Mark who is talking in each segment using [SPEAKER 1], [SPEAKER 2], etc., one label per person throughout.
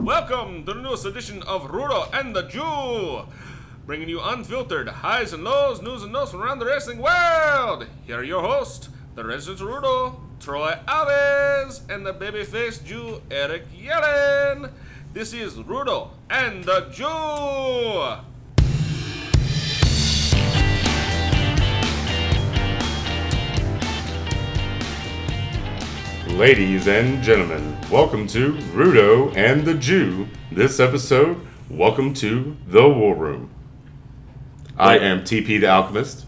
[SPEAKER 1] Welcome to the newest edition of Rudo and the Jew, bringing you unfiltered highs and lows, news and notes from around the wrestling world. Here are your hosts, the resident Rudo, Troy Alves, and the babyface Jew, Eric Yellen. This is Rudo and the Jew.
[SPEAKER 2] Ladies and gentlemen, welcome to Rudo and the Jew. This episode, welcome to the War Room. I am TP the Alchemist.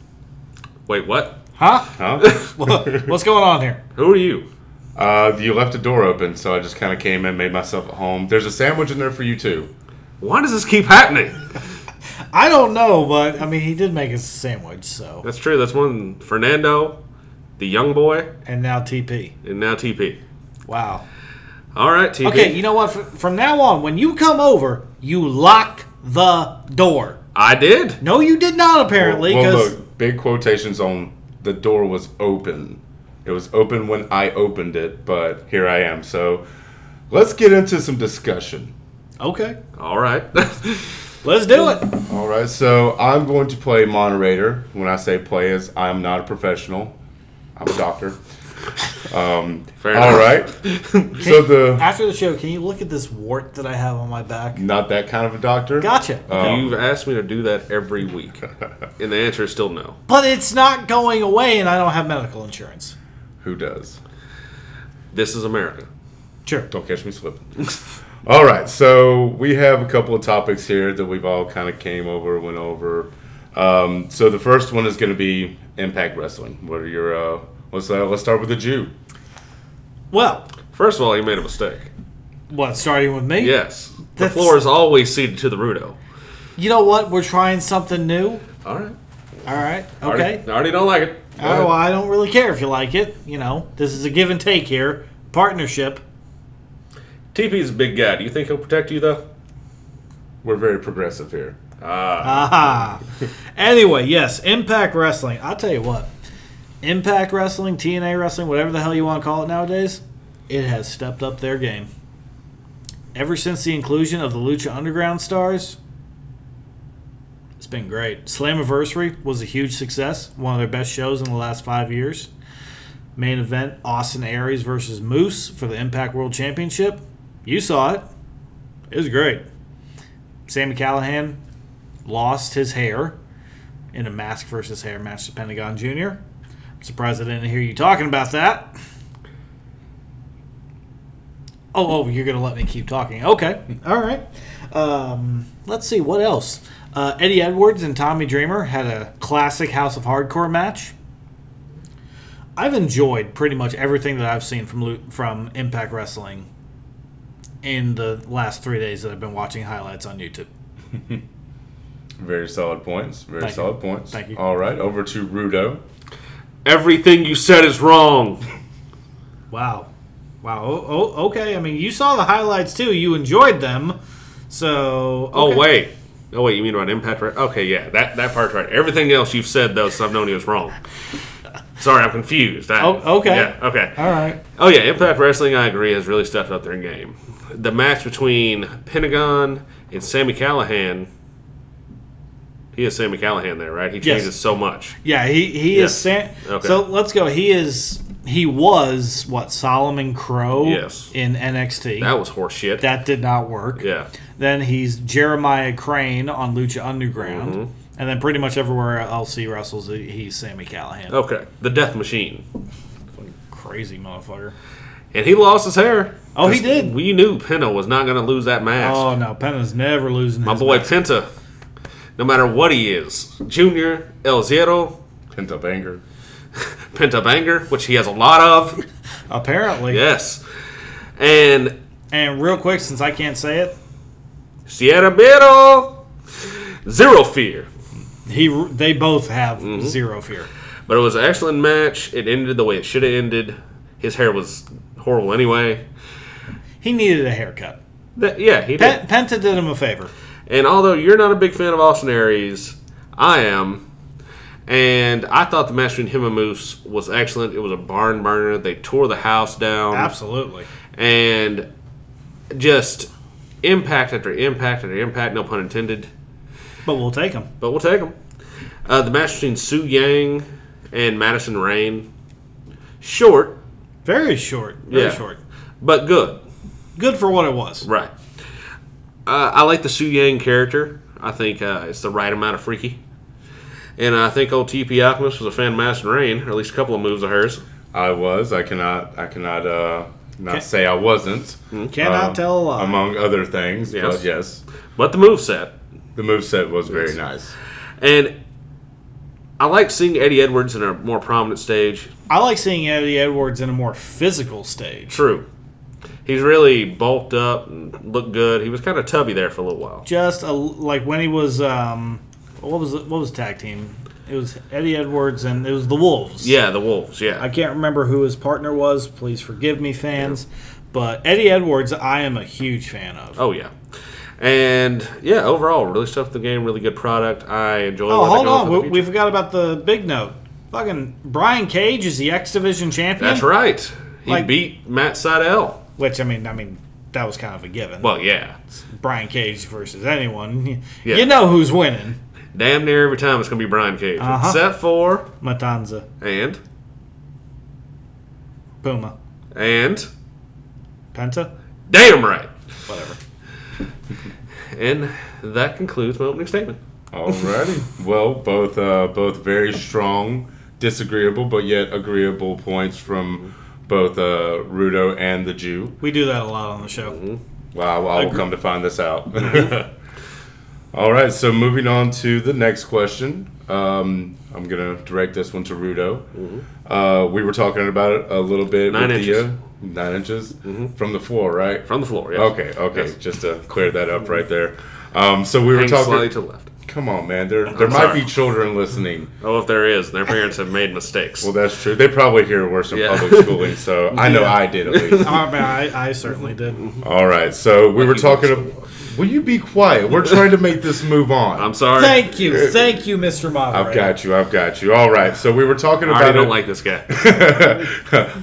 [SPEAKER 1] Wait, what?
[SPEAKER 3] Huh?
[SPEAKER 2] Huh?
[SPEAKER 3] What's going on here?
[SPEAKER 1] Who are you?
[SPEAKER 2] uh, you left a door open, so I just kind of came in, made myself at home. There's a sandwich in there for you too.
[SPEAKER 1] Why does this keep happening?
[SPEAKER 3] I don't know, but I mean, he did make us a sandwich, so
[SPEAKER 1] That's true. That's one Fernando, the young boy,
[SPEAKER 3] and now TP.
[SPEAKER 1] and now TP.
[SPEAKER 3] Wow.
[SPEAKER 1] All right, TP.
[SPEAKER 3] Okay, you know what? Fr- From now on, when you come over, you lock the door.
[SPEAKER 1] I did.
[SPEAKER 3] No, you did not apparently,
[SPEAKER 2] well,
[SPEAKER 3] because
[SPEAKER 2] look, big quotations on the door was open. It was open when I opened it, but here I am. So let's get into some discussion.
[SPEAKER 3] okay,
[SPEAKER 1] All right.
[SPEAKER 3] let's do it.
[SPEAKER 2] All right, so I'm going to play moderator. When I say play, is I'm not a professional. I'm a doctor.
[SPEAKER 1] Fair
[SPEAKER 2] All right. So the
[SPEAKER 3] After the show, can you look at this wart that I have on my back?
[SPEAKER 2] not that kind of a doctor.
[SPEAKER 3] Gotcha.
[SPEAKER 2] Uh.
[SPEAKER 1] You've asked me to do that every week, and the answer is still no.
[SPEAKER 3] but it's not going away, and I don't have medical insurance.
[SPEAKER 2] Who does?
[SPEAKER 1] This is America.
[SPEAKER 3] Sure.
[SPEAKER 2] Don't catch me slipping. all right, so we have a couple of topics here that we've all kind of came over, went over. Um, so the first one is going to be Impact Wrestling. What are your? Uh, let's uh, let's start with the Jew.
[SPEAKER 3] Well,
[SPEAKER 1] First of all, you made a mistake.
[SPEAKER 3] what? Starting with me.
[SPEAKER 1] Yes, the
[SPEAKER 3] That's-
[SPEAKER 1] floor is always ceded to the Rudo.
[SPEAKER 3] You know what? We're trying something new.
[SPEAKER 1] All right.
[SPEAKER 3] All right. Okay.
[SPEAKER 1] Already, already don't like it. Uh,
[SPEAKER 3] Oh, well, I don't really care if you like it. You know, this is a give and take here. Partnership.
[SPEAKER 1] TP's a big guy. Do you think he'll protect you though?
[SPEAKER 2] We're very progressive here.
[SPEAKER 3] Aha. anyway, yes, Impact Wrestling. I'll tell you what. Impact Wrestling, TNA Wrestling, whatever the hell you want to call it nowadays, it has stepped up their game. Ever since the inclusion of the Lucha Underground stars, it's been great. Slammiversary was a huge success, one of their best shows in the last five years. Main event Austin Aries versus Moose for the Impact World Championship. You saw it. It was great. Sammy Callahan lost his hair in a mask versus hair match to Pentagon Jr. I'm surprised I didn't hear you talking about that. Oh, oh, you're going to let me keep talking. Okay. All right. Um, let's see. What else? Uh, Eddie Edwards and Tommy Dreamer had a classic House of Hardcore match. I've enjoyed pretty much everything that I've seen from Lu- from Impact Wrestling in the last three days that I've been watching highlights on YouTube.
[SPEAKER 2] Very solid points. Very
[SPEAKER 3] Thank you.
[SPEAKER 2] solid points.
[SPEAKER 3] Thank you.
[SPEAKER 2] All right, over to Rudo.
[SPEAKER 1] Everything you said is wrong.
[SPEAKER 3] Wow. Wow. Oh, oh, okay. I mean, you saw the highlights too. You enjoyed them. So.
[SPEAKER 1] Oh
[SPEAKER 3] okay.
[SPEAKER 1] wait. Oh wait, you mean about impact right? Okay, yeah, that that part's right. Everything else you've said though, Subnoni was wrong. Sorry, I'm confused. I-
[SPEAKER 3] Oh, okay.
[SPEAKER 1] Yeah, okay.
[SPEAKER 3] All right.
[SPEAKER 1] Oh yeah, Impact Wrestling, I agree, has really stepped up their game. The match between Pentagon and Sammy Callahan. He is Sammy Callahan there, right? He
[SPEAKER 3] Yes.
[SPEAKER 1] changes so much.
[SPEAKER 3] Yeah. He he is. San-
[SPEAKER 1] Yes. Okay.
[SPEAKER 3] So let's go. He is. He was what Solomon Crow.
[SPEAKER 1] Yes.
[SPEAKER 3] In NXT.
[SPEAKER 1] That was horse shit.
[SPEAKER 3] That did not work.
[SPEAKER 1] yeah.
[SPEAKER 3] Then he's Jeremiah Crane on Lucha Underground.
[SPEAKER 1] Mm-hmm.
[SPEAKER 3] And then pretty much everywhere else he wrestles, he- he's Sammy Callahan.
[SPEAKER 1] Okay. The Death Machine.
[SPEAKER 3] Crazy motherfucker.
[SPEAKER 1] And he lost his hair.
[SPEAKER 3] Oh, he
[SPEAKER 1] 'Cause
[SPEAKER 3] did.
[SPEAKER 1] We knew Penta was not going to lose that mask.
[SPEAKER 3] Oh no, Penna's never losing.
[SPEAKER 1] My
[SPEAKER 3] his
[SPEAKER 1] boy
[SPEAKER 3] match.
[SPEAKER 1] Penta, no matter what he is, Junior, El Zero,
[SPEAKER 2] Pent up anger.
[SPEAKER 1] Penta Banger, which he has a lot of.
[SPEAKER 3] Apparently.
[SPEAKER 1] Yes. And
[SPEAKER 3] And real quick, since I can't say it,
[SPEAKER 1] Sierra Mero, Zero Fear.
[SPEAKER 3] He, they both have
[SPEAKER 1] Mm-hmm.
[SPEAKER 3] zero fear.
[SPEAKER 1] But it was an excellent match. It ended the way it should have ended. His hair was horrible anyway.
[SPEAKER 3] He needed a haircut.
[SPEAKER 1] That, yeah, Mm-hmm. he
[SPEAKER 3] Pe-
[SPEAKER 1] did.
[SPEAKER 3] Penta did him a favor.
[SPEAKER 1] And although you're not a big fan of Austin Aries, I am. And I thought the match between him and Moose was excellent. It was a barn burner. They tore the house down.
[SPEAKER 3] Absolutely.
[SPEAKER 1] and just impact after impact after impact, no pun intended,
[SPEAKER 3] But we'll take him.
[SPEAKER 1] but we'll take them. Uh, the match between Su Yang and Madison Rain, short
[SPEAKER 3] Very short. Very
[SPEAKER 1] Yeah.
[SPEAKER 3] short.
[SPEAKER 1] but good.
[SPEAKER 3] Good for what it was.
[SPEAKER 1] Right. Uh, I like the Su Yang character. I think uh, it's the right amount of freaky. And I think old TP Alchemist was a fan of Madison Rain, or at least a couple of moves of hers.
[SPEAKER 2] I was. I cannot. I cannot. Uh, not
[SPEAKER 3] Okay.
[SPEAKER 2] say I wasn't.
[SPEAKER 3] Cannot
[SPEAKER 2] uh,
[SPEAKER 3] tell a lie.
[SPEAKER 2] Among other things,
[SPEAKER 1] Yes.
[SPEAKER 2] but yes,
[SPEAKER 1] But the moveset.
[SPEAKER 2] the moveset was very nice.
[SPEAKER 1] And I like seeing Eddie Edwards in a more prominent stage.
[SPEAKER 3] I like seeing Eddie Edwards in a more physical stage.
[SPEAKER 1] True. He's really bulked up and looked good. He was kind of tubby there for a little while.
[SPEAKER 3] Just a, like when he was, um, what was what was tag team? It was Eddie Edwards and it was the Wolves.
[SPEAKER 1] Yeah, the Wolves,
[SPEAKER 3] I
[SPEAKER 1] yeah.
[SPEAKER 3] can't remember who his partner was. Please forgive me, fans. But Eddie Edwards, I am a huge fan of.
[SPEAKER 1] Oh, yeah. And yeah, overall, really stuff in the game, really good product. I enjoy
[SPEAKER 3] Oh,
[SPEAKER 1] where they're
[SPEAKER 3] hold
[SPEAKER 1] going
[SPEAKER 3] on.
[SPEAKER 1] for the
[SPEAKER 3] We,
[SPEAKER 1] future.
[SPEAKER 3] we forgot about the big note. Fucking Brian Cage is the X Division champion.
[SPEAKER 1] That's right. He
[SPEAKER 3] Like-
[SPEAKER 1] beat Matt Seidel.
[SPEAKER 3] Which I mean, I mean, that was kind of a given.
[SPEAKER 1] Well, yeah.
[SPEAKER 3] Brian Cage versus anyone,
[SPEAKER 1] Yeah.
[SPEAKER 3] you know who's winning.
[SPEAKER 1] Damn near every time it's going to be Brian Cage.
[SPEAKER 3] Uh-huh.
[SPEAKER 1] Except for,
[SPEAKER 3] Matanza,
[SPEAKER 1] and,
[SPEAKER 3] Puma,
[SPEAKER 1] and,
[SPEAKER 3] Penta,
[SPEAKER 1] damn right.
[SPEAKER 3] whatever.
[SPEAKER 1] And that concludes my opening statement.
[SPEAKER 2] Alrighty. well, both uh, both very strong, disagreeable but yet agreeable points from both uh, Rudo and the Jew.
[SPEAKER 3] We do that a lot on the show.
[SPEAKER 1] Mm-hmm.
[SPEAKER 2] Wow, I will come to find this out. All right, so moving on to the next question. Um, I'm gonna direct this one to Rudo. Uh, we were talking about it a little bit.
[SPEAKER 1] Mm-hmm. Nine
[SPEAKER 2] with
[SPEAKER 1] inches. Mm-hmm.
[SPEAKER 2] Dia. Nine inches from the floor, right?
[SPEAKER 1] From the floor, yes.
[SPEAKER 2] Okay, okay,
[SPEAKER 1] Yes.
[SPEAKER 2] just to clear that up right there. Um, so we were
[SPEAKER 1] Hang slightly
[SPEAKER 2] talking.
[SPEAKER 1] to the left.
[SPEAKER 2] Come on, man. There, there might
[SPEAKER 1] sorry.
[SPEAKER 2] be children listening.
[SPEAKER 1] Oh, if there is, their parents have made mistakes.
[SPEAKER 2] Well, that's true. They probably hear worse in
[SPEAKER 1] Yeah.
[SPEAKER 2] public schooling, so I know I did at least.
[SPEAKER 3] I, mean, I, I certainly did.
[SPEAKER 1] Mm-hmm.
[SPEAKER 2] All right, so we were
[SPEAKER 1] you
[SPEAKER 2] talking.
[SPEAKER 1] worse.
[SPEAKER 2] About, will you be quiet? We're trying to make this move on.
[SPEAKER 1] I'm sorry.
[SPEAKER 3] Thank you, thank you, Mr. Moderator.
[SPEAKER 2] I've got you. I've got you. All right. So we were talking
[SPEAKER 1] I
[SPEAKER 2] about
[SPEAKER 1] already
[SPEAKER 2] it.
[SPEAKER 1] don't like this guy.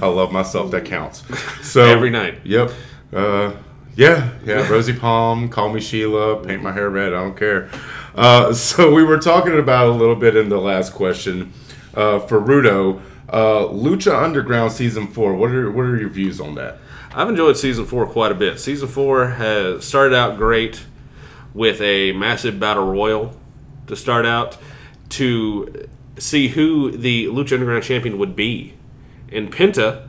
[SPEAKER 2] I love myself. That counts. So
[SPEAKER 1] Every night.
[SPEAKER 2] Yep. Uh, yeah. Yeah. Rosie Palm. Call me Sheila. Paint my hair red. I don't care. Uh, so we were talking about a little bit in the last question uh, for Rudo. Uh, Lucha Underground season four. What are what are your views on that?
[SPEAKER 1] I've enjoyed season four quite a bit. Season four has started out great with a massive battle royal to start out to see who the Lucha Underground champion would be. And Penta,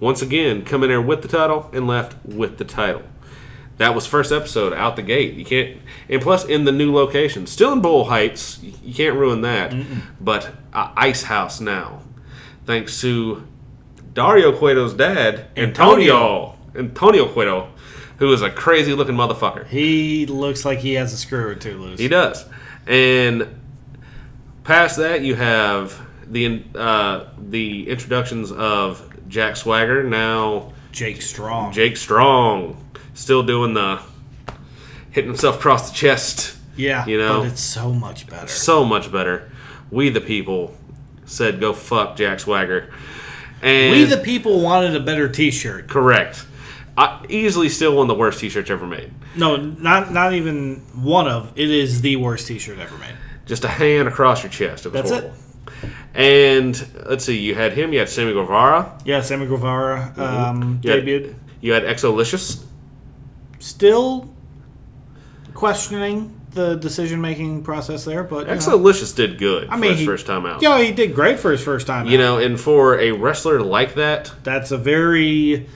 [SPEAKER 1] once again, come in there with the title and left with the title. That was first episode out the gate. You can't, and plus in the new location, still in Bull Heights, you you can't ruin that. But uh, Ice House now, thanks to Dario Cueto's dad, Antonio. Antonio Cueto, who is a crazy looking motherfucker.
[SPEAKER 3] He looks like he has a screw or two loose.
[SPEAKER 1] He does. And past that, you have the uh, the introductions of Jack Swagger. Now
[SPEAKER 3] Jake Strong.
[SPEAKER 1] Jake Strong, still doing the hitting himself across the chest.
[SPEAKER 3] yeah,
[SPEAKER 1] you know.
[SPEAKER 3] but it's so much better.
[SPEAKER 1] So much better. We the people said, "Go fuck Jack Swagger." And
[SPEAKER 3] We the people wanted a better T-shirt.
[SPEAKER 1] correct. I, easily still one of the worst t-shirts ever made.
[SPEAKER 3] No, not not even one of. It is the worst T-shirt ever made.
[SPEAKER 1] Just a hand across your chest. It was
[SPEAKER 3] That's
[SPEAKER 1] horrible. And let's see, you had him. You had Sammy Guevara.
[SPEAKER 3] Yeah, Sammy Guevara um,
[SPEAKER 1] You had-
[SPEAKER 3] debuted.
[SPEAKER 1] You had Exolicious.
[SPEAKER 3] Still questioning the decision-making process there, but you know.
[SPEAKER 1] Exolicious did good
[SPEAKER 3] I
[SPEAKER 1] for
[SPEAKER 3] mean,
[SPEAKER 1] his
[SPEAKER 3] he-
[SPEAKER 1] first time out.
[SPEAKER 3] Yeah, he did great for his first time.
[SPEAKER 1] You
[SPEAKER 3] out.
[SPEAKER 1] know, and for a wrestler like that,
[SPEAKER 3] that's a very,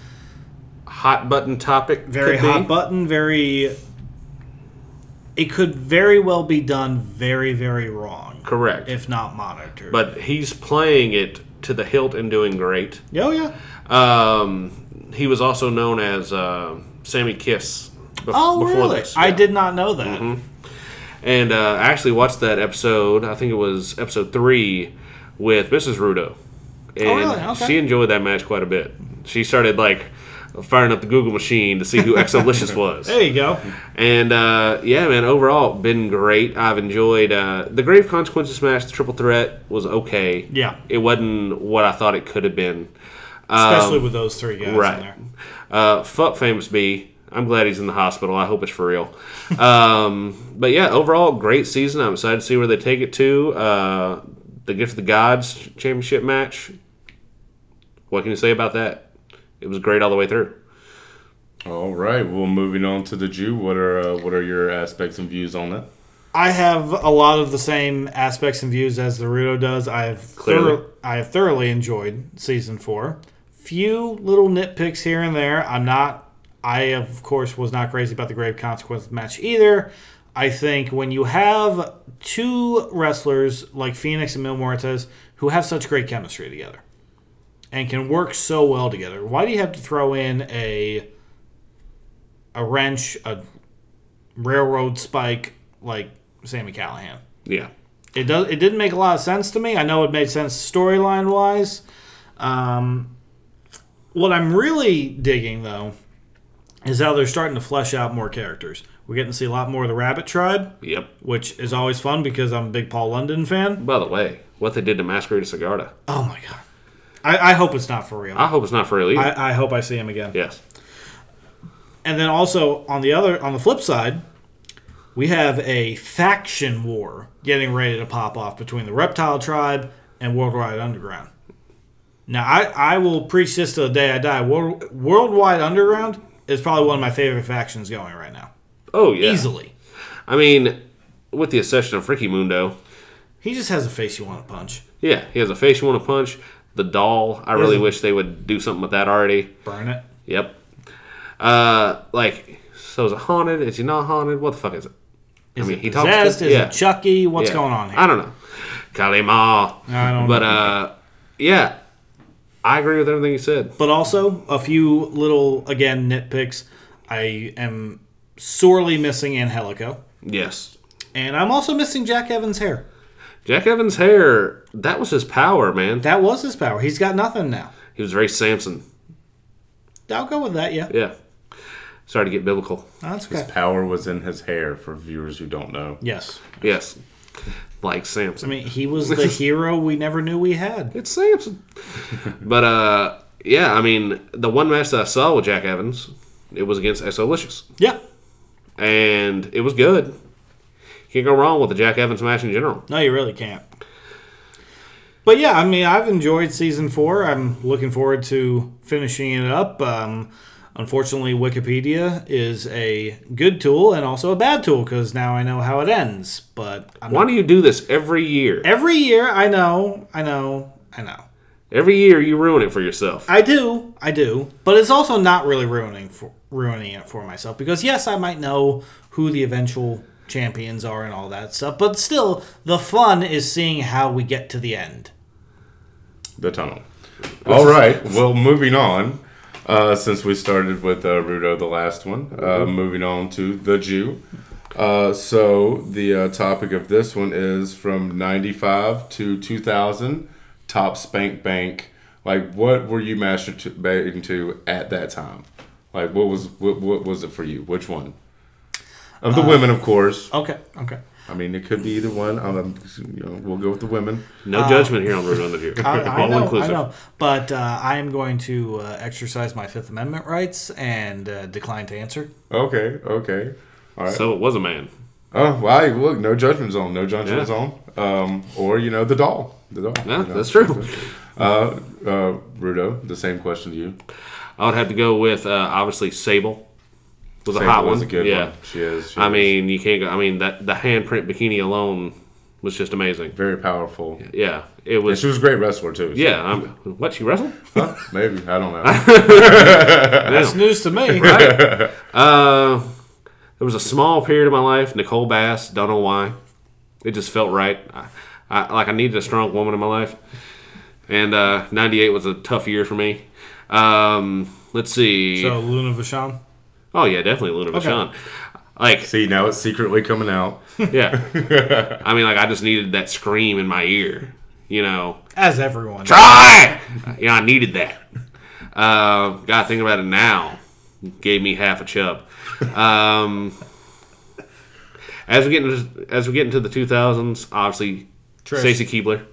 [SPEAKER 1] hot button topic.
[SPEAKER 3] very
[SPEAKER 1] could be.
[SPEAKER 3] hot button. Very, it could very well be done very, very wrong
[SPEAKER 1] Correct.
[SPEAKER 3] if not monitored.
[SPEAKER 1] but he's playing it to the hilt and doing great.
[SPEAKER 3] oh yeah,
[SPEAKER 1] Um, he was also known as uh, Sammy Kiss bef-
[SPEAKER 3] oh
[SPEAKER 1] before
[SPEAKER 3] really?
[SPEAKER 1] this.
[SPEAKER 3] I
[SPEAKER 1] yeah.
[SPEAKER 3] did not know that.
[SPEAKER 1] And uh, I actually watched that episode. I think it was episode three with Mrs. Rudo, and
[SPEAKER 3] Oh, really? Okay.
[SPEAKER 1] she enjoyed that match quite a bit. She started like firing up the Google machine to see who Exolicious was.
[SPEAKER 3] There you go.
[SPEAKER 1] And uh, yeah, man, overall been great. I've enjoyed uh, the Grave Consequences match. The Triple Threat was okay.
[SPEAKER 3] Yeah.
[SPEAKER 1] it wasn't what I thought it could have been.
[SPEAKER 3] Um, Especially with those three guys in
[SPEAKER 1] Right.
[SPEAKER 3] there.
[SPEAKER 1] Uh, fuck Famous B. I'm glad he's in the hospital. I hope it's for real. Um, but yeah, overall, great season. I'm excited to see where they take it to. Uh, the Gift of the Gods championship match. What can you say about that? It was great all the way through.
[SPEAKER 2] All right. Well, moving on to the Jew. What are uh, what are your aspects and views on that?
[SPEAKER 3] I have a lot of the same aspects and views as the Rudo does. I have
[SPEAKER 1] Clearly.
[SPEAKER 3] thorough- I have thoroughly enjoyed season four. Few little nitpicks here and there. I'm not. I of course was not crazy about the grave consequence match either. I think when you have two wrestlers like Phoenix and Mil Muertes who have such great chemistry together and can work so well together, why do you have to throw in a a wrench, a railroad spike like Sammy Callahan.
[SPEAKER 1] Yeah.
[SPEAKER 3] It does. It didn't make a lot of sense to me. I know it made sense storyline wise. Um, what I'm really digging though is how they're starting to flesh out more characters. We're getting to see a lot more of the Rabbit Tribe,
[SPEAKER 1] Yep.
[SPEAKER 3] which is always fun because I'm a big Paul London fan.
[SPEAKER 1] By the way, what they did to Masquerade Cigarda.
[SPEAKER 3] Oh my god! I, I hope it's not for real.
[SPEAKER 1] I hope it's not for real either.
[SPEAKER 3] I, I hope I see him again.
[SPEAKER 1] yes.
[SPEAKER 3] And then also on the other on the flip side, we have a faction war getting ready to pop off between the reptile tribe and Worldwide Underground. Now I, I will preach this till the day I die. World, Worldwide Underground is probably one of my favorite factions going right now.
[SPEAKER 1] Oh yeah.
[SPEAKER 3] Easily.
[SPEAKER 1] I mean, with the accession of Ricky Mundo,
[SPEAKER 3] He just has a face you want to punch.
[SPEAKER 1] yeah, he has a face you want to punch. The doll, I really wish they would do something with that already.
[SPEAKER 3] Burn it.
[SPEAKER 1] Yep. Uh, like, so is it haunted? Is he not haunted? What the fuck is it? I mean, he talks. to-
[SPEAKER 3] Zest is
[SPEAKER 1] yeah,
[SPEAKER 3] a Chucky. What's
[SPEAKER 1] yeah.
[SPEAKER 3] going on here?
[SPEAKER 1] I don't know. Kalima.
[SPEAKER 3] I don't
[SPEAKER 1] but uh, yeah, I agree with everything you said.
[SPEAKER 3] but also a few little again nitpicks. I am sorely missing Angelico.
[SPEAKER 1] Yes.
[SPEAKER 3] And I'm also missing Jack Evans' hair.
[SPEAKER 1] Jack Evans' hair, that was his power, man.
[SPEAKER 3] That was his power. He's got nothing now.
[SPEAKER 1] He was very Samson.
[SPEAKER 3] I'll go with that, yeah.
[SPEAKER 1] Yeah. Sorry to get biblical.
[SPEAKER 3] That's okay.
[SPEAKER 2] Power was in his hair. For viewers who don't know,
[SPEAKER 3] Yes.
[SPEAKER 1] Yes. Like
[SPEAKER 3] I
[SPEAKER 1] Samson.
[SPEAKER 3] mean, he was the hero we never knew we had.
[SPEAKER 1] It's Samson. but uh yeah, I mean the one match that I saw with Jack Evans, it was against Exolicious.
[SPEAKER 3] Yeah.
[SPEAKER 1] And it was good. Can't go wrong with the Jack Evans match in general.
[SPEAKER 3] No, you really can't. But yeah, I mean, I've enjoyed season four. I'm looking forward to finishing it up. Um, unfortunately, Wikipedia is a good tool and also a bad tool because now I know how it ends. But I'm
[SPEAKER 1] Why do you do this every year?
[SPEAKER 3] every year, I know, I know, I know.
[SPEAKER 1] Every year you ruin it for yourself.
[SPEAKER 3] I do, I do, but it's also not really ruining for, ruining it for myself because yes, I might know who the eventual champions are and all that stuff, but still, the fun is seeing how we get to the end.
[SPEAKER 2] the tunnel. All right. Well, moving on. Uh, since we started with uh, Rudo, the last one, uh, moving on to the Jew. Uh, so the uh, topic of this one is from '95 to 2000, top spank bank. Like, what were you masturbating to at that time? Like, what was what, what was it for you? Which one? Of the women, of course.
[SPEAKER 3] Okay, okay.
[SPEAKER 2] I mean, it could be either one. Um, you know, we'll go with the women.
[SPEAKER 1] No judgment here on Ruin the View.
[SPEAKER 3] I, I know,
[SPEAKER 1] inclusive.
[SPEAKER 3] I know, but uh, I am going to uh, exercise my Fifth Amendment rights and uh, decline to answer.
[SPEAKER 2] Okay, okay. All right.
[SPEAKER 1] So it was a man.
[SPEAKER 2] Oh, well, I, look, no judgment zone, no judgment
[SPEAKER 1] Yeah.
[SPEAKER 2] zone. Um, or, you know, the doll. The doll.
[SPEAKER 1] Yeah,
[SPEAKER 2] you know.
[SPEAKER 1] that's true.
[SPEAKER 2] Uh, uh, Rudo, the same question to you.
[SPEAKER 1] I would have to go with uh, obviously Sable. Was a
[SPEAKER 2] Sable
[SPEAKER 1] hot
[SPEAKER 2] was
[SPEAKER 1] one.
[SPEAKER 2] a good
[SPEAKER 1] yeah.
[SPEAKER 2] one. She is. she
[SPEAKER 1] I
[SPEAKER 2] is.
[SPEAKER 1] mean, you can't go. I mean, that the handprint bikini alone was just amazing.
[SPEAKER 2] very powerful.
[SPEAKER 1] Yeah, it
[SPEAKER 2] And
[SPEAKER 1] was.
[SPEAKER 2] she was a great wrestler, too. so-
[SPEAKER 1] Yeah, I'm, what she wrestled?
[SPEAKER 2] Huh? Maybe. I don't know.
[SPEAKER 3] That's news to me.
[SPEAKER 1] Uh, there was a small period of my life. Nicole Bass. Don't know why. It just felt right. I, I like I needed a strong woman in my life, and uh, '98 was a tough year for me. Um, let's see.
[SPEAKER 3] So Luna Vachon.
[SPEAKER 1] oh yeah, definitely Luna Vachon. Like
[SPEAKER 2] See, now it's secretly coming out.
[SPEAKER 1] Yeah. I mean, like, I just needed that scream in my ear, you know.
[SPEAKER 3] as everyone.
[SPEAKER 1] Try! You know, I needed that. Uh, God, thinking about it now, gave me half a chub. Um, as we get into as we get into the 2000s, obviously,
[SPEAKER 3] Trish.
[SPEAKER 1] Stacy Keebler.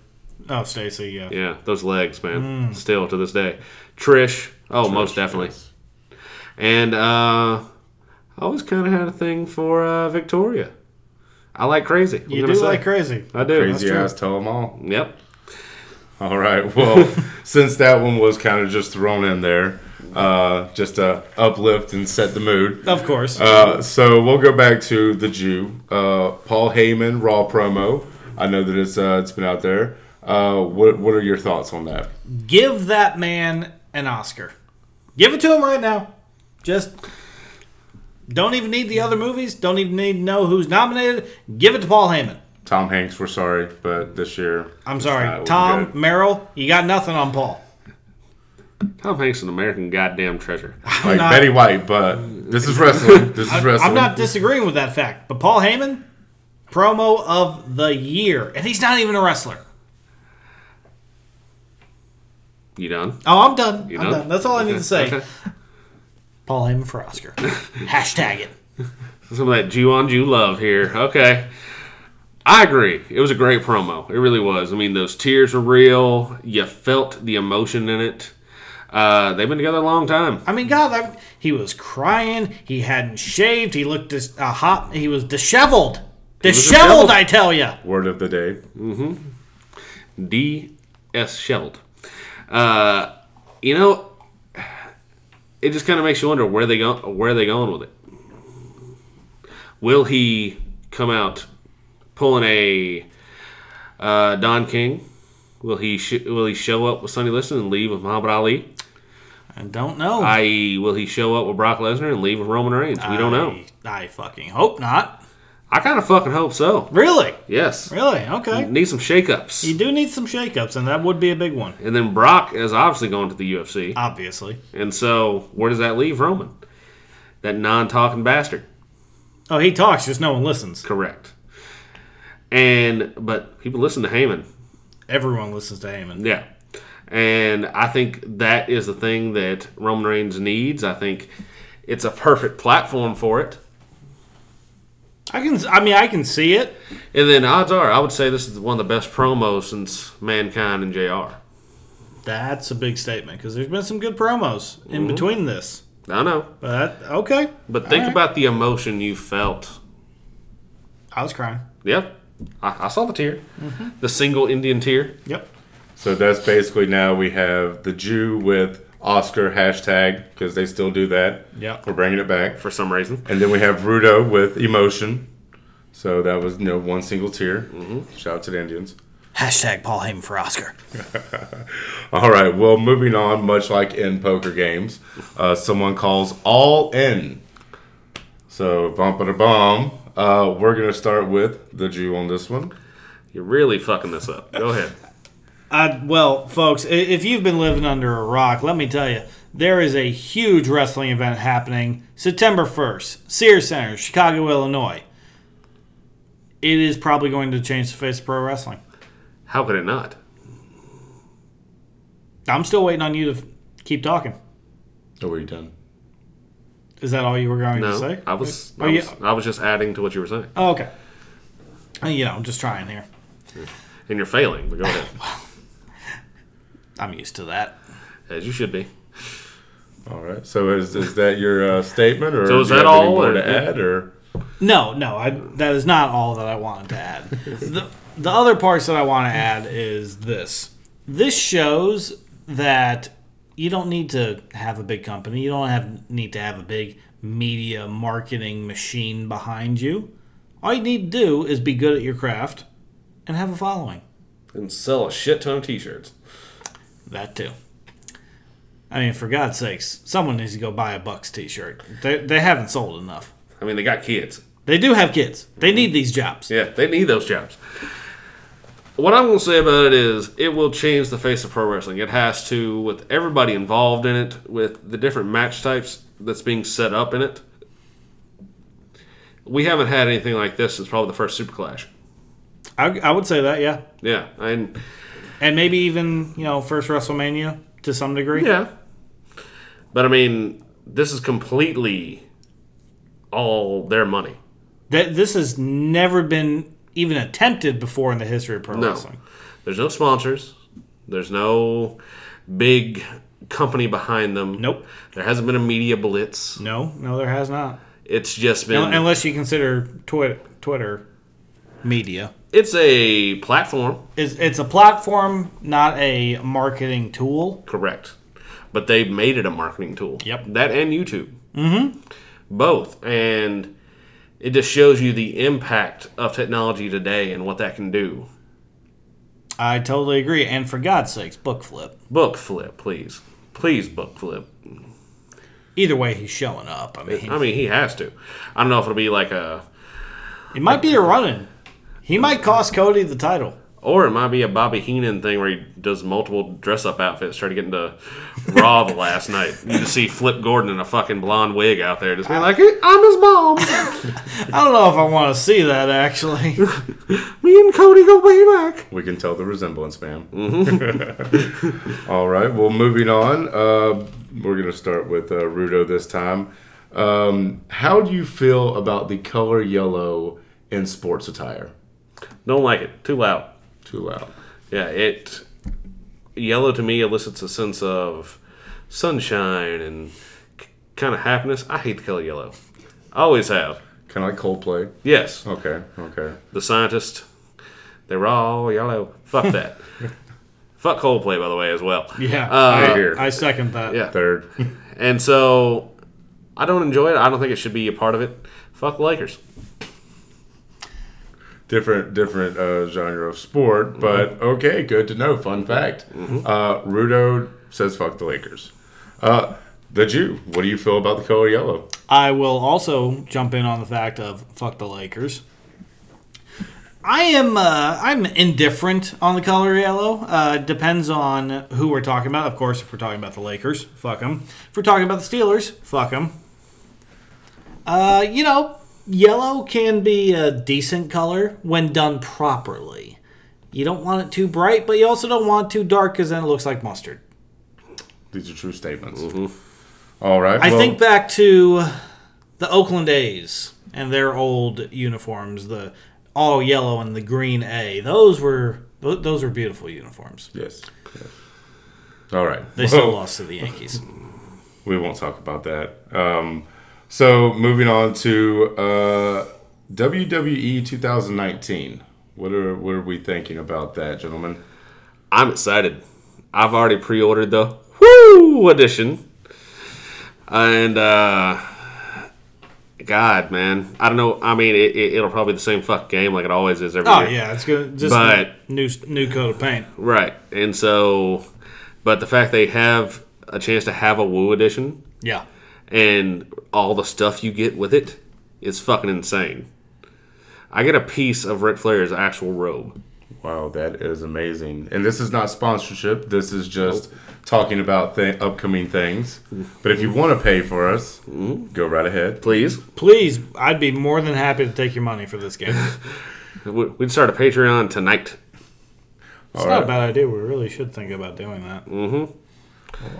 [SPEAKER 3] Oh, Stacy. Yeah.
[SPEAKER 1] Yeah, those legs,
[SPEAKER 3] Mm.
[SPEAKER 1] man. Still to this day. Trish. Oh, most definitely. And uh, I always kind of had a thing for uh, Victoria. I like crazy. What
[SPEAKER 3] You
[SPEAKER 1] can I
[SPEAKER 3] do
[SPEAKER 1] say?
[SPEAKER 3] like crazy.
[SPEAKER 1] I do.
[SPEAKER 2] Crazy
[SPEAKER 1] That's
[SPEAKER 2] eyes tell them all.
[SPEAKER 1] true. Yep.
[SPEAKER 2] All right. Well, since that one was kind of just thrown in there, uh, just to uplift and set the mood.
[SPEAKER 3] Of course.
[SPEAKER 2] Uh, so we'll go back to the Jew, uh, Paul Heyman Raw promo. I know that it's uh, it's been out there. Uh, what what are your thoughts on that?
[SPEAKER 3] Give that man an Oscar. Give it to him right now. Just don't even need the other movies. Don't even need to know who's nominated. Give it to Paul Heyman.
[SPEAKER 2] Tom Hanks, we're sorry, but this year
[SPEAKER 3] I'm
[SPEAKER 2] it's
[SPEAKER 3] sorry,
[SPEAKER 2] not looking
[SPEAKER 3] Tom
[SPEAKER 2] good.
[SPEAKER 3] Merrill. You got nothing on Paul.
[SPEAKER 1] Tom Hanks is an American goddamn treasure.
[SPEAKER 2] like
[SPEAKER 3] not-
[SPEAKER 2] Betty White, but this is wrestling. This is wrestling.
[SPEAKER 3] I'm not disagreeing with that fact, but Paul Heyman, promo of the year, and he's not even a wrestler.
[SPEAKER 1] You done?
[SPEAKER 3] Oh, I'm done. I'm
[SPEAKER 1] done?
[SPEAKER 3] done. That's all I need to say.
[SPEAKER 1] Okay.
[SPEAKER 3] Paul Heyman for Oscar. Hashtag it.
[SPEAKER 1] Some of that Jew on Jew love here. Okay. I agree. It was a great promo. It really was. I mean, those tears were real. You felt the emotion in it. Uh, they've been together a long time.
[SPEAKER 3] I mean, God, I, he was crying. He hadn't shaved. He looked dis- a hot. He was disheveled. Disheveled,
[SPEAKER 1] disheveled.
[SPEAKER 3] I tell you.
[SPEAKER 2] Word of the day.
[SPEAKER 1] D. S. Shelled. Uh, you know, it just kind of makes you wonder where they go, where they going with it. Will he come out pulling a uh, Don King? Will he sh- will he show up with Sonny Liston and leave with Muhammad Ali?
[SPEAKER 3] I don't know.
[SPEAKER 1] I.e., E, will he show up with Brock Lesnar and leave with Roman Reigns? We don't know.
[SPEAKER 3] I, I fucking hope not.
[SPEAKER 1] I kind of fucking hope so.
[SPEAKER 3] Really?
[SPEAKER 1] Yes.
[SPEAKER 3] Really? Okay.
[SPEAKER 1] Need some shakeups.
[SPEAKER 3] You do need some shakeups, and that would be a big one,
[SPEAKER 1] And then Brock is obviously going to the UFC.
[SPEAKER 3] obviously.
[SPEAKER 1] And so, where does that leave Roman? That non talking bastard.
[SPEAKER 3] Oh, he talks, just no one listens.
[SPEAKER 1] Correct. And, but people listen to Heyman.
[SPEAKER 3] Everyone listens to Heyman.
[SPEAKER 1] Yeah. And I think that is the thing that Roman Reigns needs. I think it's a perfect platform for it.
[SPEAKER 3] I can. I mean, I can see it.
[SPEAKER 1] And then, odds are, I would say this is one of the best promos since Mankind and JR.
[SPEAKER 3] That's a big statement because there's been some good promos
[SPEAKER 1] Mm-hmm.
[SPEAKER 3] in between this.
[SPEAKER 1] I know.
[SPEAKER 3] But okay,
[SPEAKER 1] But think
[SPEAKER 3] right.
[SPEAKER 1] about the emotion you felt.
[SPEAKER 3] I was crying.
[SPEAKER 1] Yep. I, I saw the tear.
[SPEAKER 3] Mm-hmm.
[SPEAKER 1] The single Indian tear.
[SPEAKER 3] Yep.
[SPEAKER 2] So that's basically now we have the Jew with Oscar hashtag because they still do that.
[SPEAKER 3] Yeah.
[SPEAKER 2] we're bringing it back.
[SPEAKER 1] for some reason.
[SPEAKER 2] And then we have Rudo with emotion. So that was you know, one single tear. Mm-hmm. Shout out to the Indians.
[SPEAKER 3] Hashtag Paul Heyman for Oscar.
[SPEAKER 2] All right. Well, moving on. Much like in poker games, uh, someone calls all in. So bump it a bomb. Uh, we're gonna start with the Jew on this one.
[SPEAKER 1] You're really fucking this up. Go ahead.
[SPEAKER 3] I, well, folks, i- if you've been living under a rock, let me tell you, there is a huge wrestling event happening September 1st, Sears Center, Chicago, Illinois. It is probably going to change the face of pro wrestling.
[SPEAKER 1] How could it not?
[SPEAKER 3] I'm still waiting on you to f- keep talking.
[SPEAKER 2] Oh, are you done?
[SPEAKER 3] Is that all you were going to
[SPEAKER 1] No,
[SPEAKER 3] say?
[SPEAKER 1] I was,
[SPEAKER 3] Oh,
[SPEAKER 1] I was,
[SPEAKER 3] yeah.
[SPEAKER 1] I was just adding to what you were saying,
[SPEAKER 3] Oh, okay. Uh, You know, I'm just trying here.
[SPEAKER 1] and you're failing. But go ahead,
[SPEAKER 3] I'm used to that.
[SPEAKER 1] as you should be.
[SPEAKER 2] All right. So is, is that your uh, statement, or
[SPEAKER 1] So is
[SPEAKER 2] do you
[SPEAKER 1] that
[SPEAKER 2] have any
[SPEAKER 1] all,
[SPEAKER 2] more
[SPEAKER 1] or-
[SPEAKER 2] to add, or
[SPEAKER 3] No, no, I, that is not all that I wanted to add. the, the other parts that I want to add is this. This shows that you don't need to have a big company. You don't have need to have a big media marketing machine behind you. All you need to do is be good at your craft and have a following.
[SPEAKER 1] And sell a shit ton of t-shirts.
[SPEAKER 3] That too. I mean, for God's sakes, someone needs to go buy a Bucks t-shirt. They, they haven't sold enough.
[SPEAKER 1] I mean, they got kids.
[SPEAKER 3] They do have kids. They need these jobs.
[SPEAKER 1] Yeah, they need those jobs. What I'm going to say about it is, it will change the face of pro wrestling. It has to, with everybody involved in it, with the different match types that's being set up in it. We haven't had anything like this since probably the first Super Clash.
[SPEAKER 3] I, I would say that, yeah.
[SPEAKER 1] Yeah, and
[SPEAKER 3] and maybe even you know first WrestleMania to some degree.
[SPEAKER 1] Yeah. But I mean, this is completely all their money.
[SPEAKER 3] Th- this has never been even attempted before in the history of pro
[SPEAKER 1] No.
[SPEAKER 3] wrestling.
[SPEAKER 1] There's no sponsors. There's no big company behind them.
[SPEAKER 3] Nope.
[SPEAKER 1] There hasn't been a media blitz.
[SPEAKER 3] No, no, there has not.
[SPEAKER 1] It's just been
[SPEAKER 3] Un- Unless you consider Twitter, Twitter media.
[SPEAKER 1] it's a platform,
[SPEAKER 3] It's, it's a platform, not a marketing tool.
[SPEAKER 1] correct? But they made it a marketing tool.
[SPEAKER 3] Yep.
[SPEAKER 1] That and YouTube. Mm-hmm. Both, and it just shows you the impact of technology today and what that can do.
[SPEAKER 3] I totally agree. And for God's sakes, book flip.
[SPEAKER 1] Book flip, please, please book flip.
[SPEAKER 3] Either way, he's showing up. I mean,
[SPEAKER 1] I mean, he has to. I don't know if it'll be like a,
[SPEAKER 3] it might be a running. He might cost Cody the title.
[SPEAKER 1] or it might be a Bobby Heenan thing where he does multiple dress up outfits. Tried to get into Raw the last night. You just see Flip Gordon in a fucking blonde wig out there, just being like, "Hey, "I'm his mom."
[SPEAKER 3] I don't know if I want to see that actually.
[SPEAKER 1] Me and Cody go way back.
[SPEAKER 2] We can tell the resemblance, ma'am.
[SPEAKER 1] Mm-hmm.
[SPEAKER 2] All right. Well, moving on. Uh, we're going to start with uh, Rudo this time. Um, how do you feel about the color yellow in sports attire?
[SPEAKER 1] Don't like it. Too loud.
[SPEAKER 2] Too loud.
[SPEAKER 1] Yeah, it yellow to me elicits a sense of sunshine and k- kind of happiness. I hate the color yellow. I always have.
[SPEAKER 2] Kind of like Coldplay.
[SPEAKER 1] Yes,
[SPEAKER 2] Okay. Okay.
[SPEAKER 1] the scientist. They were all yellow. Fuck that. Fuck Coldplay, by the way, as well.
[SPEAKER 3] Yeah,
[SPEAKER 2] I
[SPEAKER 1] Uh,
[SPEAKER 2] hear.
[SPEAKER 3] I second that.
[SPEAKER 1] Yeah.
[SPEAKER 2] Third.
[SPEAKER 1] And so I don't enjoy it. I don't think it should be a part of it. Fuck the Lakers.
[SPEAKER 2] different different uh, genre of sport, but okay, good to know. Fun fact: uh, Rudo says "fuck the Lakers." Uh, the Jew, what do you feel about the color yellow?
[SPEAKER 3] I will also jump in on the fact of fuck the Lakers. I am uh, I'm indifferent on the color yellow. Uh, depends on who we're talking about. Of course, if we're talking about the Lakers, fuck them. If we're talking about the Steelers, fuck them. Uh, you know, yellow can be a decent color when done properly. You don't want it too bright, but you also don't want it too dark because then it looks like mustard.
[SPEAKER 2] These are true statements. All right,
[SPEAKER 3] I
[SPEAKER 2] well,
[SPEAKER 3] think back to the Oakland A's and their old uniforms, the all yellow and the green A. Those were tho- those were beautiful uniforms.
[SPEAKER 2] yes. yes. All right,
[SPEAKER 3] They still
[SPEAKER 2] Well,
[SPEAKER 3] lost to the Yankees.
[SPEAKER 2] We won't talk about that. Um, so moving on to uh, E WWE 2019. What are what are we thinking about that, gentlemen?
[SPEAKER 1] I'm excited. I've already pre-ordered the Woo edition, and uh, God, man, I don't know. I mean, it, it, it'll probably be the same fuck game like it always is every
[SPEAKER 3] Oh
[SPEAKER 1] year,
[SPEAKER 3] yeah, it's good. Just
[SPEAKER 1] But-
[SPEAKER 3] new new coat of paint.
[SPEAKER 1] right? And so, but the fact they have a chance to have a Woo edition
[SPEAKER 3] Yeah,
[SPEAKER 1] and all the stuff you get with it is fucking insane. I get a piece of Ric Flair's actual robe.
[SPEAKER 2] Wow, that is amazing. And this is not sponsorship. This is just talking about th- upcoming things. But if you want to pay for us, go right ahead.
[SPEAKER 1] Mm-hmm. Please,
[SPEAKER 3] please, I'd be more than happy to take your money for this game. It's
[SPEAKER 1] We- we'd start a Patreon tonight.
[SPEAKER 2] All
[SPEAKER 3] not a
[SPEAKER 2] right.
[SPEAKER 3] bad idea. We really should think about doing that.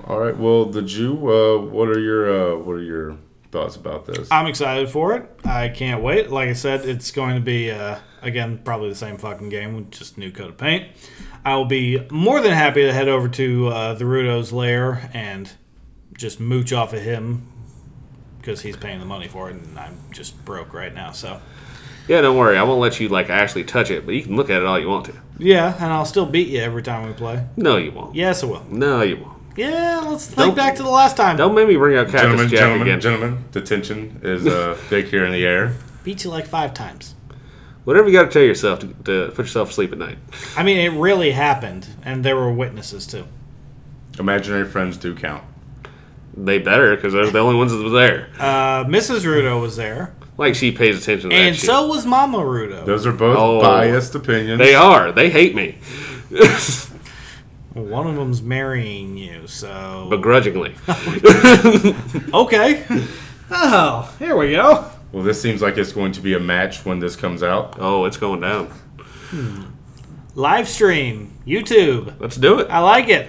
[SPEAKER 2] All right. Well, the Jew. Uh, what are your uh, What are your thoughts about this?
[SPEAKER 3] I'm excited for it. I can't wait. Like I said, it's going to be uh, again probably the same fucking game with just new coat of paint. I will be more than happy to head over to uh, the Rudo's lair and just mooch off of him because he's paying the money for it, and I'm just broke right now. So
[SPEAKER 1] Yeah, don't worry. I won't let you like actually touch it, but you can look at it all you want to.
[SPEAKER 3] yeah, and I'll still beat you every time we play.
[SPEAKER 1] No, you won't.
[SPEAKER 3] Yes, I will.
[SPEAKER 1] No, you won't.
[SPEAKER 3] Yeah, let's think
[SPEAKER 1] Don't-
[SPEAKER 3] back to the last time.
[SPEAKER 1] Don't make me bring out Cactus
[SPEAKER 2] gentlemen,
[SPEAKER 1] Jack
[SPEAKER 2] gentlemen,
[SPEAKER 1] again.
[SPEAKER 2] gentlemen. The tension is uh, thick here in the air.
[SPEAKER 3] Beat you like five times.
[SPEAKER 1] Whatever you got to tell yourself to, to put yourself to sleep at night.
[SPEAKER 3] I mean, it really happened, and there were witnesses too.
[SPEAKER 2] Imaginary friends do count.
[SPEAKER 1] They better because they're the only ones that were there.
[SPEAKER 3] Uh, Mrs. Rudo was there.
[SPEAKER 1] Like she pays attention to that
[SPEAKER 3] And
[SPEAKER 1] shit.
[SPEAKER 3] so was Mama Rudo.
[SPEAKER 2] Those are both
[SPEAKER 1] Oh.
[SPEAKER 2] biased opinions.
[SPEAKER 1] they are. They hate me
[SPEAKER 3] Well, one of them's marrying you, so
[SPEAKER 1] begrudgingly.
[SPEAKER 3] okay. Oh, here we go.
[SPEAKER 2] Well, this seems like it's going to be a match when this comes out.
[SPEAKER 1] oh, it's going down.
[SPEAKER 3] Live stream, YouTube.
[SPEAKER 1] Let's do it.
[SPEAKER 3] I like it.